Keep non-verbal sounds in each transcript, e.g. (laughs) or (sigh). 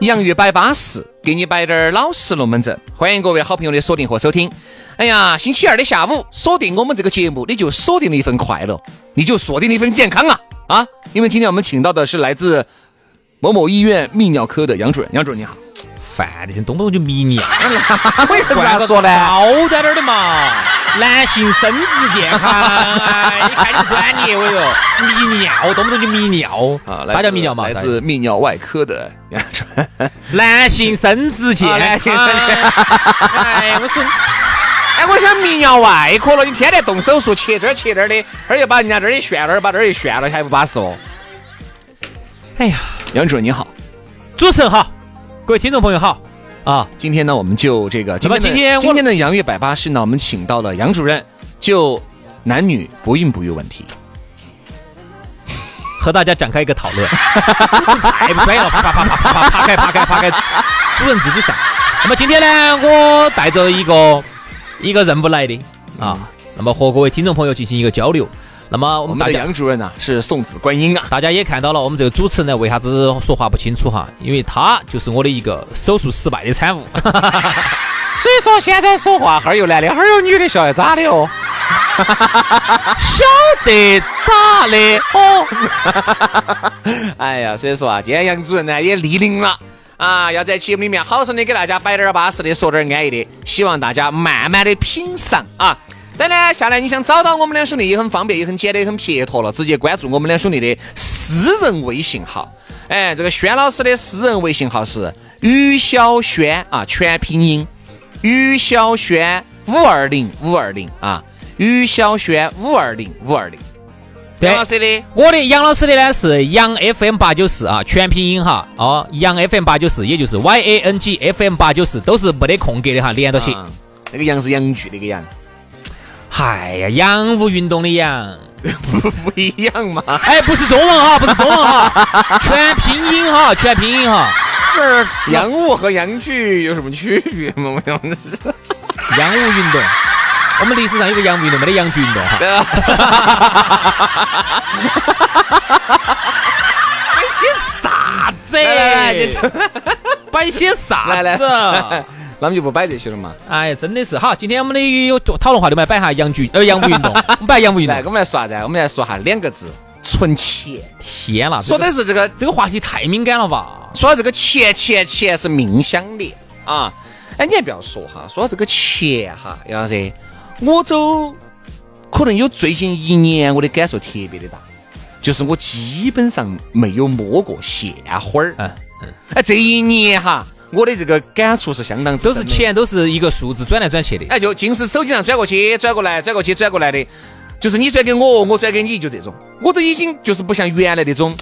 洋芋摆巴适，给你摆点儿老实龙门阵。欢迎各位好朋友的锁定和收听。哎呀，星期二的下午锁定我们这个节目，你就锁定了一份快乐，你就锁定了一份健康啊啊！因为今天我们请到的是来自某某医院泌尿科的杨主任，杨主任你好。烦的，动不动就迷你、啊。为啥哎啊说呢？高端点儿的嘛，男性生殖健 (laughs) 康。哎，你看你专业，我哟，迷尿，动不动就迷尿啊，来啥叫自迷尿嘛？来自泌尿外科的杨主任。 (laughs) 男性生殖健啊男性康。哎，我 (laughs) 说，哎，我想泌尿外科了，你天天动手术，切这儿切那儿的，这儿又把人家这儿一旋了，把这儿一旋了，还不巴适哦。哎呀，杨主任你好，主持人好，各位听众朋友好啊，今天呢，我们就这个，那么今今天的我今天的杨月百八十呢，我们请到了杨主任，就男女不孕不育问题。和大家展开一个讨 (laughs) 论。太哎不专业了，啪啪啪啪啪啪啪开啪开啪开，主任自己上。那么今天呢，我带着一个一个任务来的啊，那么和各位听众朋友进行一个交流。那么我我们们大的家杨主任呢、是送子观音啊，大家也看到了，我们这个主持人呢，为啥子说话不清楚哈？因为他就是我的一个手术失败的产物。所以说现在说话哈儿有男的，哈儿有女的，晓得咋的哦？晓得咋的哦？哎呀，所以说啊，今天杨主任呢也莅临了啊，要在节目里面好生的给大家摆点儿巴适的，说点儿安逸的，希望大家慢慢的品尝啊。当然，下来你想找到我们两兄弟也很方便，也很简单，也很撇脱了，直接关注我们两兄弟的私人微信号。哎，这个轩老师的私人微信号是于小轩啊，全拼音于小轩五二零五二零啊，于小轩五二零五二零。对杨老师的我的杨老师的呢是杨 FM 八九四啊，全拼音哈哦，杨 FM 八九四，也就是 Y A N G F M 八九四，都是没得空格的哈，连到起。啊那个杨是杨剧那个杨。哎呀，洋务运动的洋，不一样嘛。哎，不是中文哈，不是中文哈， (laughs) 全拼音哈，全拼音哈，洋务和洋剧有什么区别吗？我想的是，洋务运动。我们历史上有个洋务运动，没得洋剧运动 (laughs) 哈。摆些啥子？来来来这摆些啥来 (laughs) 子？啊那我们就不摆这些了嘛。哎，真的是哈！今天我们的有讨论话题，我们来摆一下洋剧呃洋务运 (laughs) 动，我们摆洋务运来，我动。们来说啥子啊？我们来说哈两个字：存钱。天啦，说这个的是这个，这个话题太敏感了吧？说这个钱钱钱是命相连啊！哎，你还不要说哈，说这个钱哈，杨老师，我走可能有最近一年我的感受特别的大，就是我基本上没有摸过现花儿。嗯哎，这一年哈，我的这个感触是相当之都是深的。钱，都是一个数字转来转去的。哎，就尽是手机上转过去、转过来、转过去、转过来的，就是你转给我，我转给你，就这种。我都已经就是不像原来那种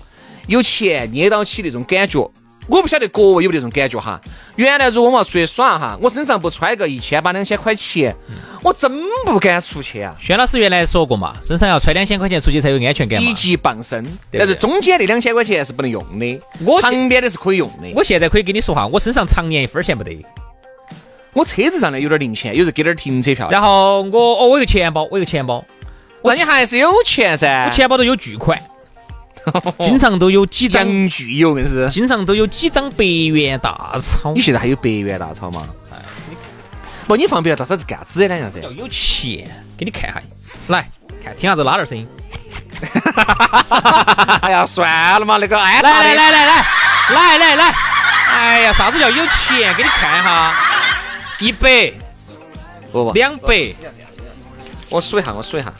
有钱捏到起那种感觉。我不晓得各位有没有那种感觉哈？原来如果我要出去耍哈，我身上不揣个一千八两千块钱，我真不敢出去啊。轩老师原来说过嘛，身上要揣两千块钱出去才有安全感嘛一。级傍身，对不对但是中间那两千块钱是不能用的，我现旁边的是可以用的。我现在可以跟你说哈，我身上常年一分钱没得，我车子上呢有点零钱，有时候给点停车票。然后我哦，我有个钱包，我有个钱包，那你还是有钱噻，我钱包都有巨 (laughs) 款，经常都有几张，洋具有硬是。经常都有几张百元大钞你。现在还有百元大钞吗？哎不，你放百元大钞是干啥子的呢？要噻， (laughs) 有钱，给你看一下，来看听下子拉点声音。哎呀，算了嘛，那个安来来来来来来来来，哎呀，啥子叫有钱？给你看哈，一百、不不，两百我数一下，我数一下，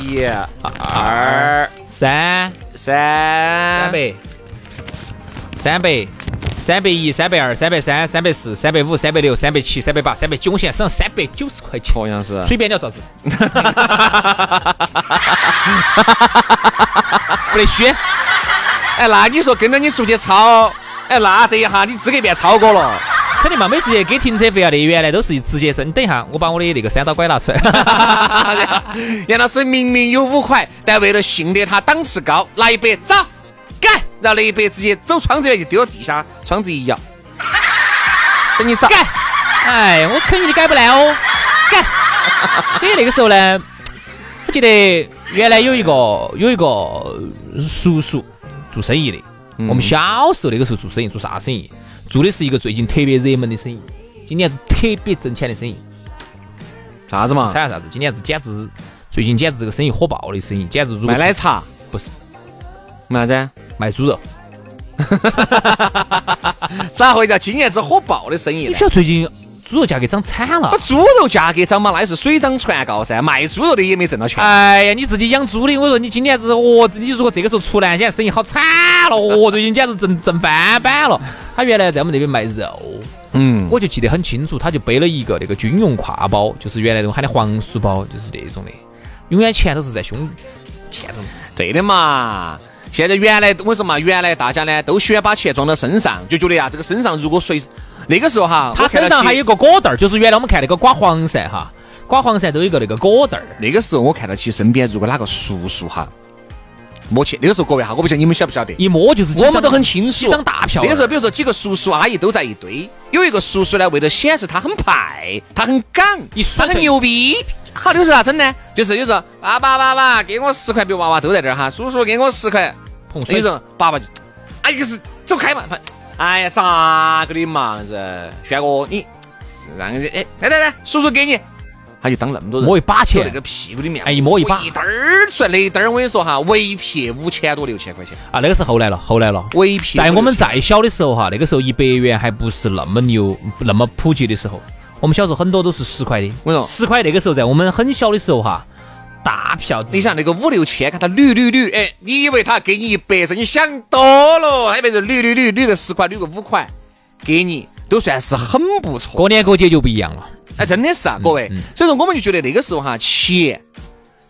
一、二、三三三，百，三百，三百一，三百二，三百三，三百四，三百五，三百六，三百七，三百八，三百九。我现在身上三百九十块钱，好像是。随便你要咋子，不得虚。哎，那你说跟着你出去抄，哎，那这一下你资格变超哥了。肯定嘛，每次去给停车费啊那原来都是直接是，你等一下，我把我的那个三刀拐拿出来。杨老师明明有五块，但为了训练他档次高，拿一百走，改，然后那一百直接走窗子就丢到地下，窗子一摇，等你找改，哎，我肯定改不来哦，改。所以那个时候呢，我记得原来有一个有一个叔叔做生意的，我们小时候那个时候做生意做啥生意？做的是一个最近特别热门的生意，今年是特别挣钱的生意。 (laughs) 啥子嘛猜下啥子？今年是简直是最近简直这个生意火爆的生意，简直如果卖奶茶不是卖啥卖猪肉。子？咋会叫今年子火爆的生意你呢晓？得最近猪肉价格涨惨了把。猪肉价格涨嘛，那也是水涨船高噻，卖猪肉的也没挣到钱。哎呀，你自己养猪的，我说你今年子，哦，你如果这个时候出来，现在生意好惨了，哦，最近简直挣挣翻版了。他原来在我们那边卖肉，嗯，我就记得很清楚，他就背了一个那个军用挎包，就是原来那种喊的黄书包，就是那种的，永远钱都是在胸，钱都对的嘛。现在原来我跟你说嘛，原来大家呢都喜欢把钱装到身上，就觉得呀，这个身上如果随那个时候哈，他我看身到上起还有个果袋儿，就是原来我们看那个刮黄鳝哈，刮黄鳝都有一个那个果袋儿。那个时候我看到起身边如果哪个叔叔哈，摸去，那个时候各位哈，我不晓得你们晓不晓得，一摸就是几张，我们都很清楚几张大票。那个时候，比如说几个叔叔阿姨都在一堆，有一个叔叔呢，为了显示他很派，他很杠，一梳他很头牛逼。好，就是啥整呢？就是有时候爸爸爸爸给我十块，比如娃娃都在这儿哈，叔叔给我十块，碰有水时候爸爸就，哎，就是走开嘛，反哎呀，咋个的嘛子？轩哥，你让人哎，来来来，叔叔给你，他就当那么多人摸一把走那钱，个屁股里面，哎一摸一把一嘚儿出来，那一嘚儿我跟你说哈，围撇五千多六千块钱，啊，那个是后来了，后来了。围撇。在我们再小的时候哈，那个时候一百元还不是那么牛、那么普及的时候，我们小时候很多都是十块的。为啥十块那个时候在我们很小的时候哈，大票子。你想那个五六千，看他捋捋捋，哎，你以为他给你一百是？你想多了，还别人捋捋捋捋个十块，捋个五块，给你都算是很不错。过年过节就不一样了，哎，真的嗯是啊，各位，所以说我们就觉得那个时候哈，钱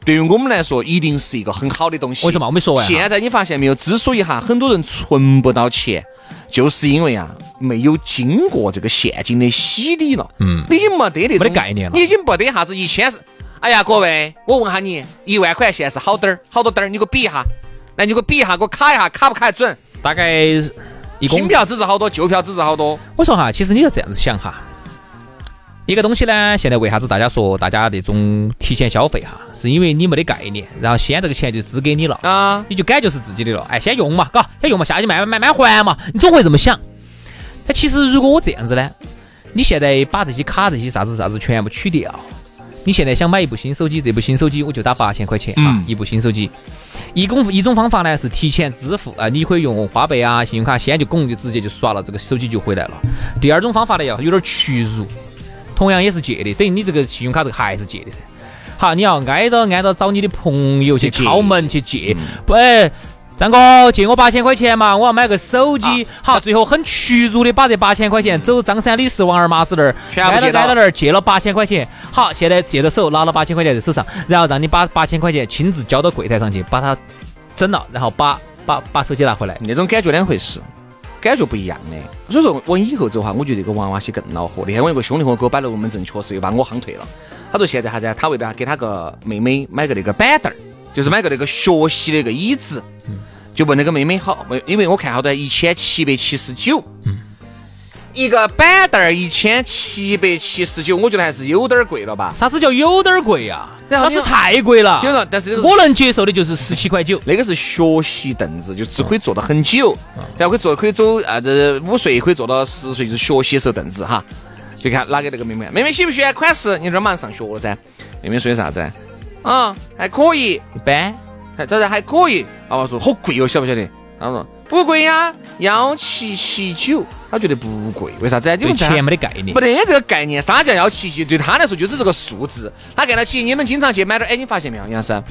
对于我们来说一定是一个很好的东西。为什么我没说完哈啊现在你发现没有？之所以哈很多人存不到钱，就是因为啊没有经过这个现金的洗礼了。嗯你已经没得那种没得概念了你已经没得啥子一千是。哎呀，各位，我问下你，一万块现在是好点儿，好多点儿，你给我比一下。来，你给我比一下，给我卡一下，卡不卡得准？大概一公新票只值好多，旧票只值好多。我说哈，其实你要这样子想哈，一个东西呢，现在为啥子大家说大家这种提前消费哈，是因为你没得概念，然后先这个钱就支给你了啊你就感觉是自己的了，哎，先用嘛，嘎，先用嘛，下去慢慢慢慢还嘛，你总会这么想。但其实如果我这样子呢，你现在把这些卡这些啥子啥子全部取掉，你现在想买一部新手机，这部新手机我就打八千块钱哈、嗯一部新手机。一种一种方法呢是提前支付啊，你可以用花呗啊、信用卡，先就拱就直接就刷了，这个手机就回来了。第二种方法呢要有点屈辱，同样也是借的，等于你这个信用卡这个还是借的噻。好，你要挨着挨着找你的朋友去去借敲门去借，不哎。张哥，借我八千块钱嘛，我要买个手机。好，最后很屈辱的把这八千块钱走张三李四王二麻子那儿，全部挨借着到挨着那儿借了八千块钱。好，现在借到手，拿了八千块钱在手上，然后让你把八千块钱亲自交到柜台上去，把它整了，然后把把把手机拿回来。那种感觉两回事，感觉不一样的。所以说我以后走哈，我觉得这个娃娃些更恼火。那天我有个兄弟伙给我摆龙门阵，确实又把我夯退了。他说现在啥子啊？他为了给他个妹妹买个那个板凳儿，就是买个那个学习的那个椅子，就问那个妹妹好，因为我看好多一千七百七十九。一个板凳儿一千七百七十九，我觉得还是有点儿贵了吧。啥子叫有点儿贵呀、啊？然那后你是太贵了听。说，但是这个是我能接受的就是十七块九。那个是学习凳子，就只可以坐到很久，然后可以坐可以走啊，这五岁可以坐到十岁，就是学习时候凳子哈。就看拿给那个妹妹，妹妹喜不喜欢款式？你这儿马上上学了噻。妹妹说的啥子？啊，还可以，一般。啊还咋子还可以？爸爸说好贵哦，晓不晓得？他说不贵呀，幺七七九，他觉得不贵，为啥子啊？你对们在钱没得概念没。得这个概念，啥叫幺七七？对他来说就只是个数字，他看到起你们经常去买点，哎，你发现没有，杨生？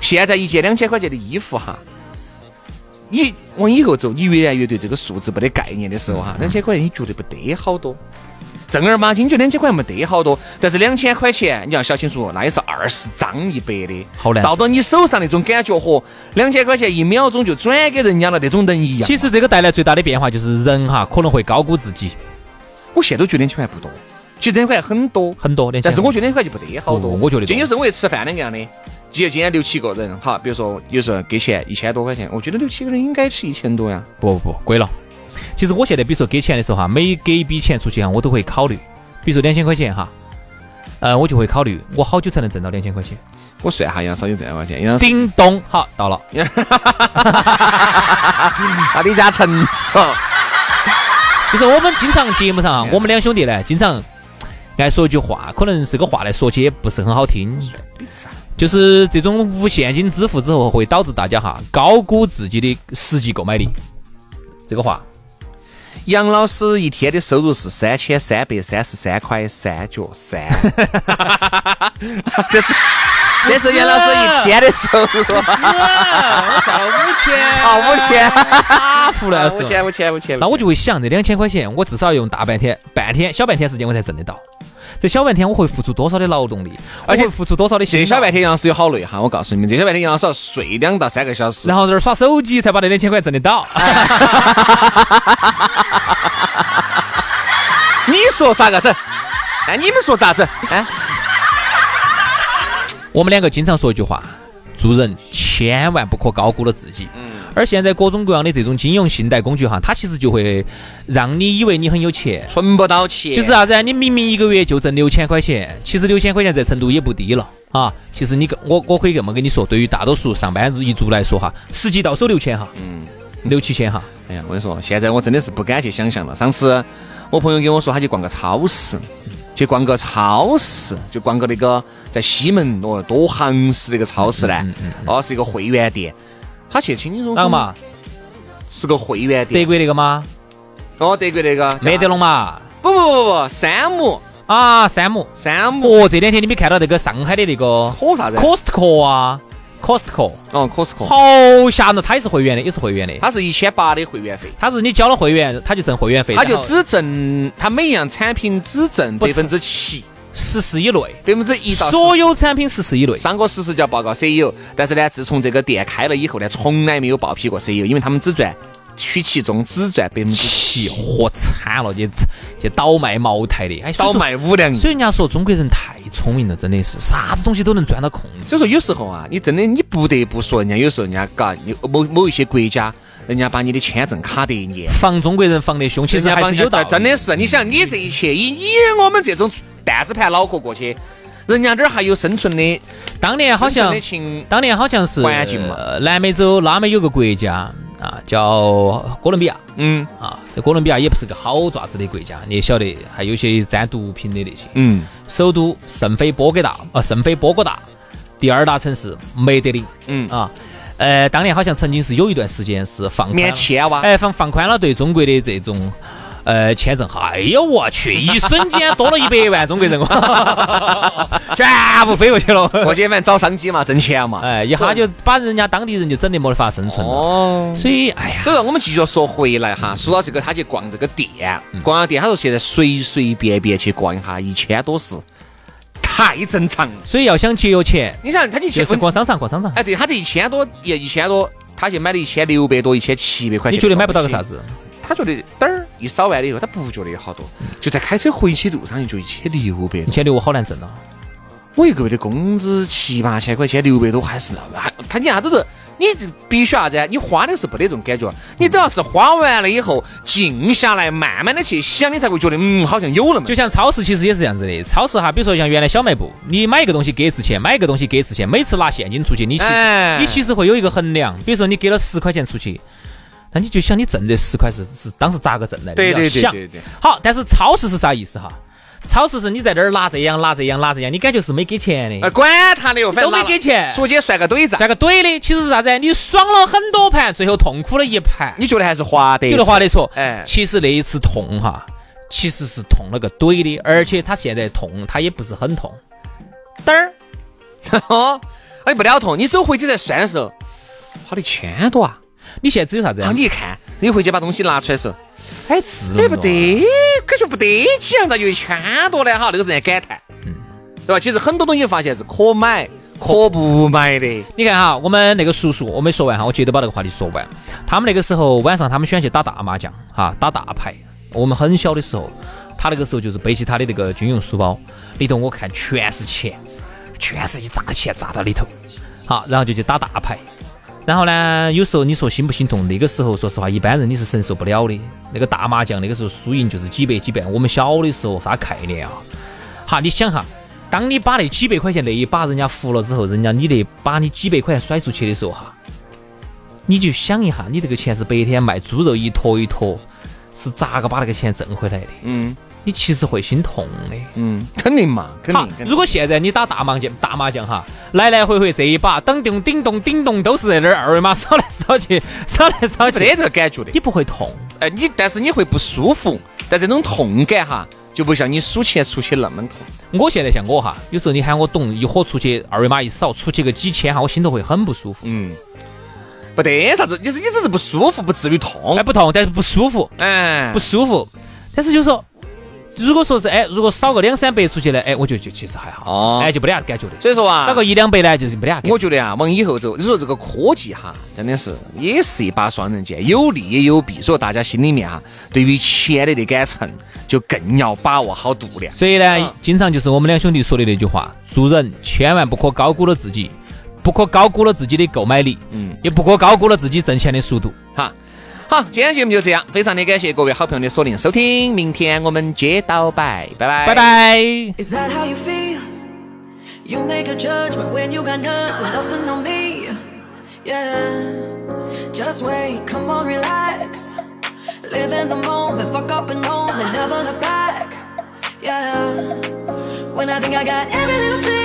现在一件两千块钱的衣服哈，你往以后走，你越来越对这个数字没得概念的时候嗯哈，两千块钱你觉得不得好多。正儿八经就两千块钱没得好多，但是两千块钱你要小清楚，那也是二十张一百的，好难到到你手上那种感觉和两千块钱一秒钟就转给人家了那种人一样。其实这个带来最大的变化就是人哈可能会高估自己我现在都觉得两千块钱不多，其实两千块钱很多，很多的。但是我觉得得两千块钱不得好多。哦不我觉得多今天有时候我一吃饭两个样的，今天今天六七个人，哈，比如说有时候给钱一千多块钱，我觉得六七个人应该吃一千多呀。不不不贵了。其实我现在比如说给钱的时候哈，每给一笔钱出去哈，我都会考虑，比如说两千块钱哈，呃，我就会考虑我好久才能挣到两千块钱。我算哈，杨少有啊这样块钱，杨少叮咚，好到了，啊，你家成熟，就是我们经常节目上啊，我们两兄弟呢，经常爱说一句话，可能这个话呢说起也不是很好听，就是这种无现金支付之后，会导致大家哈高估自己的实际购买力。这个话， (laughs) 杨老师一天的收入是三千三百三十三块三角三， (laughs) 这是这是杨老师一天的收入， (laughs) 啊我上五 (laughs) 千，啊，五千，打服 (laughs) 了五千，五千，五千，啊那我就会想，这两千块钱，我至少要用大半天、半天、小半天时间，我才挣得到。这小半天我会付出多少的劳动力，而且我会付出多少的心这力小半，天杨老师有好累哈，我告诉你们，这小半天杨老师要睡两到三个小时然。后在这儿耍手机才把那两千块挣得到。你说咋 (laughs) 个整？哎，你们说咋整？哎，我们两个经常说一句话：做人千万不可高估了自己。而现在各种各样的这种金融信贷工具哈，它其实就会让你以为你很有钱，存不到钱，就是啥子啊？你明明一个月就挣六千块钱，其实六千块钱在成都也不低了啊。其实你跟我我可以这么跟你说，对于大多数上班族一族来说哈，实际到手六千哈，嗯，六七千哈，哎呀，我跟你说，现在我真的是不敢去想象了。上次我朋友跟我说，他去逛个超市，去逛个超市，就逛个那个在西门哦多行市那个超市呢，哦是一个会员店。他去轻轻松哪个松嘛？是个会员德店。国那个嘛？哦，德国那个叫麦德龙嘛？不不不不，山姆啊，山姆。山姆哦，这两天你没看到那个上海的那个可啥子？ Costco 啊，Costco。哦，Costco，好吓人！他也是会员的，也是会员的。它是一千八的会员费，他是你交了会员，他就挣会员费，它就然后只挣它每样产品只挣不百分之七，十四以内，百分之一到所有产品十四以内。上过实时叫报告 CEO，但是呢，自从这个店开了以后呢，从来没有报批过 CEO，因为他们只赚取其中只赚百分之气七，哦活惨了，去去倒卖茅台的，哎，所以倒说。卖五粮液。所以人家说中国人太聪明了，真的是啥子东西都能钻到空子。所以说有时候啊，你真的你不得不说，人家有时候人家嘎，你某某一些国家，人家把你的签证卡得严，防中国人防得凶，其实人家还帮是你有道理。真的是，你想你这一切，以你我们这种担子盘脑壳过去，人家这儿还有生存的，当年好生存像的，情。当年好像是环境嘛呃南美洲拉美有个国家啊，叫哥伦比亚嗯啊，这哥伦比亚也不是个好爪子的国家，你也晓得，还有些沾毒品的那些。嗯，首都圣菲波哥大，呃，圣菲波哥大，第二大城市梅德林，嗯啊，呃，当年好像曾经是有一段时间是放宽免了，签哇，哎，放放宽了对中国的这种。呃，签证，哎呦我去！一瞬间多了一百万中国 (laughs) 人，全部飞过去了。我今晚找商机嘛，挣钱嘛。哎，一下就把人家当地人就整得没得法生存了。哦，所以，哎呀，所以说，我们继续说回来哈，说到这个，他去逛这个店，嗯逛了店，他说现在随随便便去逛一下，一千多是太正常了。所以要想节约钱，你想，他就就去是逛商场，逛商场。哎，对他这一千多，一一千多，他去买了一千六百多，一千七百块钱。你觉得买不到个啥？子？他觉得嘚儿一扫完了以后，他不觉得有好多，就在开车回去路上就一千六百一多。千六我好难挣了。我一个月的工资七八千块钱，六百多还是那，还他你啥都是，你这必须啥子啊？你花的是没得这种感觉，你都要是花完了以后静下来，慢慢的去想，你才会觉得嗯，好像有那么。就像超市其实也是这样子的，超市哈，比如说像原来小卖部，你买一个东西给一次钱，买一个东西给一次钱，每次拿现金出去，你其实、哎你其实会有一个衡量，比如说你给了十块钱出去，那你就想你挣这十块是是当时咋个挣来的？对你要对对想对对。好，但是超市是啥意思哈？超市是你在那儿拿这样拿这样拿这样，你感觉是没给钱呃，的，管他的哟，反都正没拿了给钱说起算个啊怼账，算个怼的。其实是啥子？你爽了很多盘，最后痛苦了一盘。你觉得还是划得？有的话得说，哎其实那一次痛哈，其实是痛了个怼的，而且他现在痛，他也不是很痛，嘚儿。哦， (laughs) 哎不了痛，你走回去再算的时候，花了一千多啊！你现在只有啥子然后呀？你一看，你回去把东西拿出来的时候，太次了，哎不，得，感觉不得劲啊，咋有一千多呢？哈，那个人在感叹，对吧？其实很多东西发现是可买嗯可不买的。你看哈，我们那个叔叔，我没说完哈，我接着把这个话题说完。他们那个时候晚上，他们喜欢去打大麻将，哈，打大牌。我们很小的时候，他那个时候就是背起他的那个军用书包，里头我看全是钱，全是一扎钱扎到里头，好，然后就去打大牌。然后呢，有时候你说心不心痛？那个时候，说实话，一般人你是承受不了的。那个大麻将，那个时候输赢就是几百几百。我们小的时候啥概念啊？哈，你想哈，当你把那几百块钱那一把人家服了之后，人家你那把你几百块钱甩出去的时候哈，你就想一下，你这个钱是白天卖猪肉一坨一坨，是咋个把那个钱挣回来的？嗯你其实会心痛的。嗯，肯定嘛，肯好定。肯，定如果现在你打大麻将，大麻将哈，来来回回这一把，当叮叮咚叮咚都是在那儿二维码扫来扫去，扫来扫没得去，这个感觉的，你不会痛。哎，你但是你会不舒服，但这种痛感哈，就不像你数钱出去那么痛。我现在像我哈，有时候你喊我懂，一伙出去二维码一扫，出去个几千哈，我心头会很不舒服。嗯，不得啥子，你是你只是不舒服，不至于痛哎，。不痛，但是不舒服。哎，不舒服。但是就说，如果说是哎，如果少个两三百出去呢，哎，我觉得就其实还好，哦哎，就没得啥感觉的。所以说啊，少个一两百呢，就是没得啥感觉。我觉得啊，往以后走，你说这个科技哈，真的是也是一把双刃剑，有利也有弊。所以大家心里面啊，对于钱的那杆秤，就更要把握好度量。所以呢嗯，经常就是我们两兄弟说的那句话：做人千万不可高估了自己，不可高估了自己的购买力，嗯，也不可高估了自己挣钱的速度。哈，好，今天节目就这样，非常的感谢各位好朋友的锁定收听，明天我们接到拜，拜拜，拜。拜。 Is that how you feel? You make a judgment when you got nothing, nothing on me. Yeah. Just wait, come on, relax. Live in the moment, fuck up and on, and never look back. Yeah. When I think I got every little thing.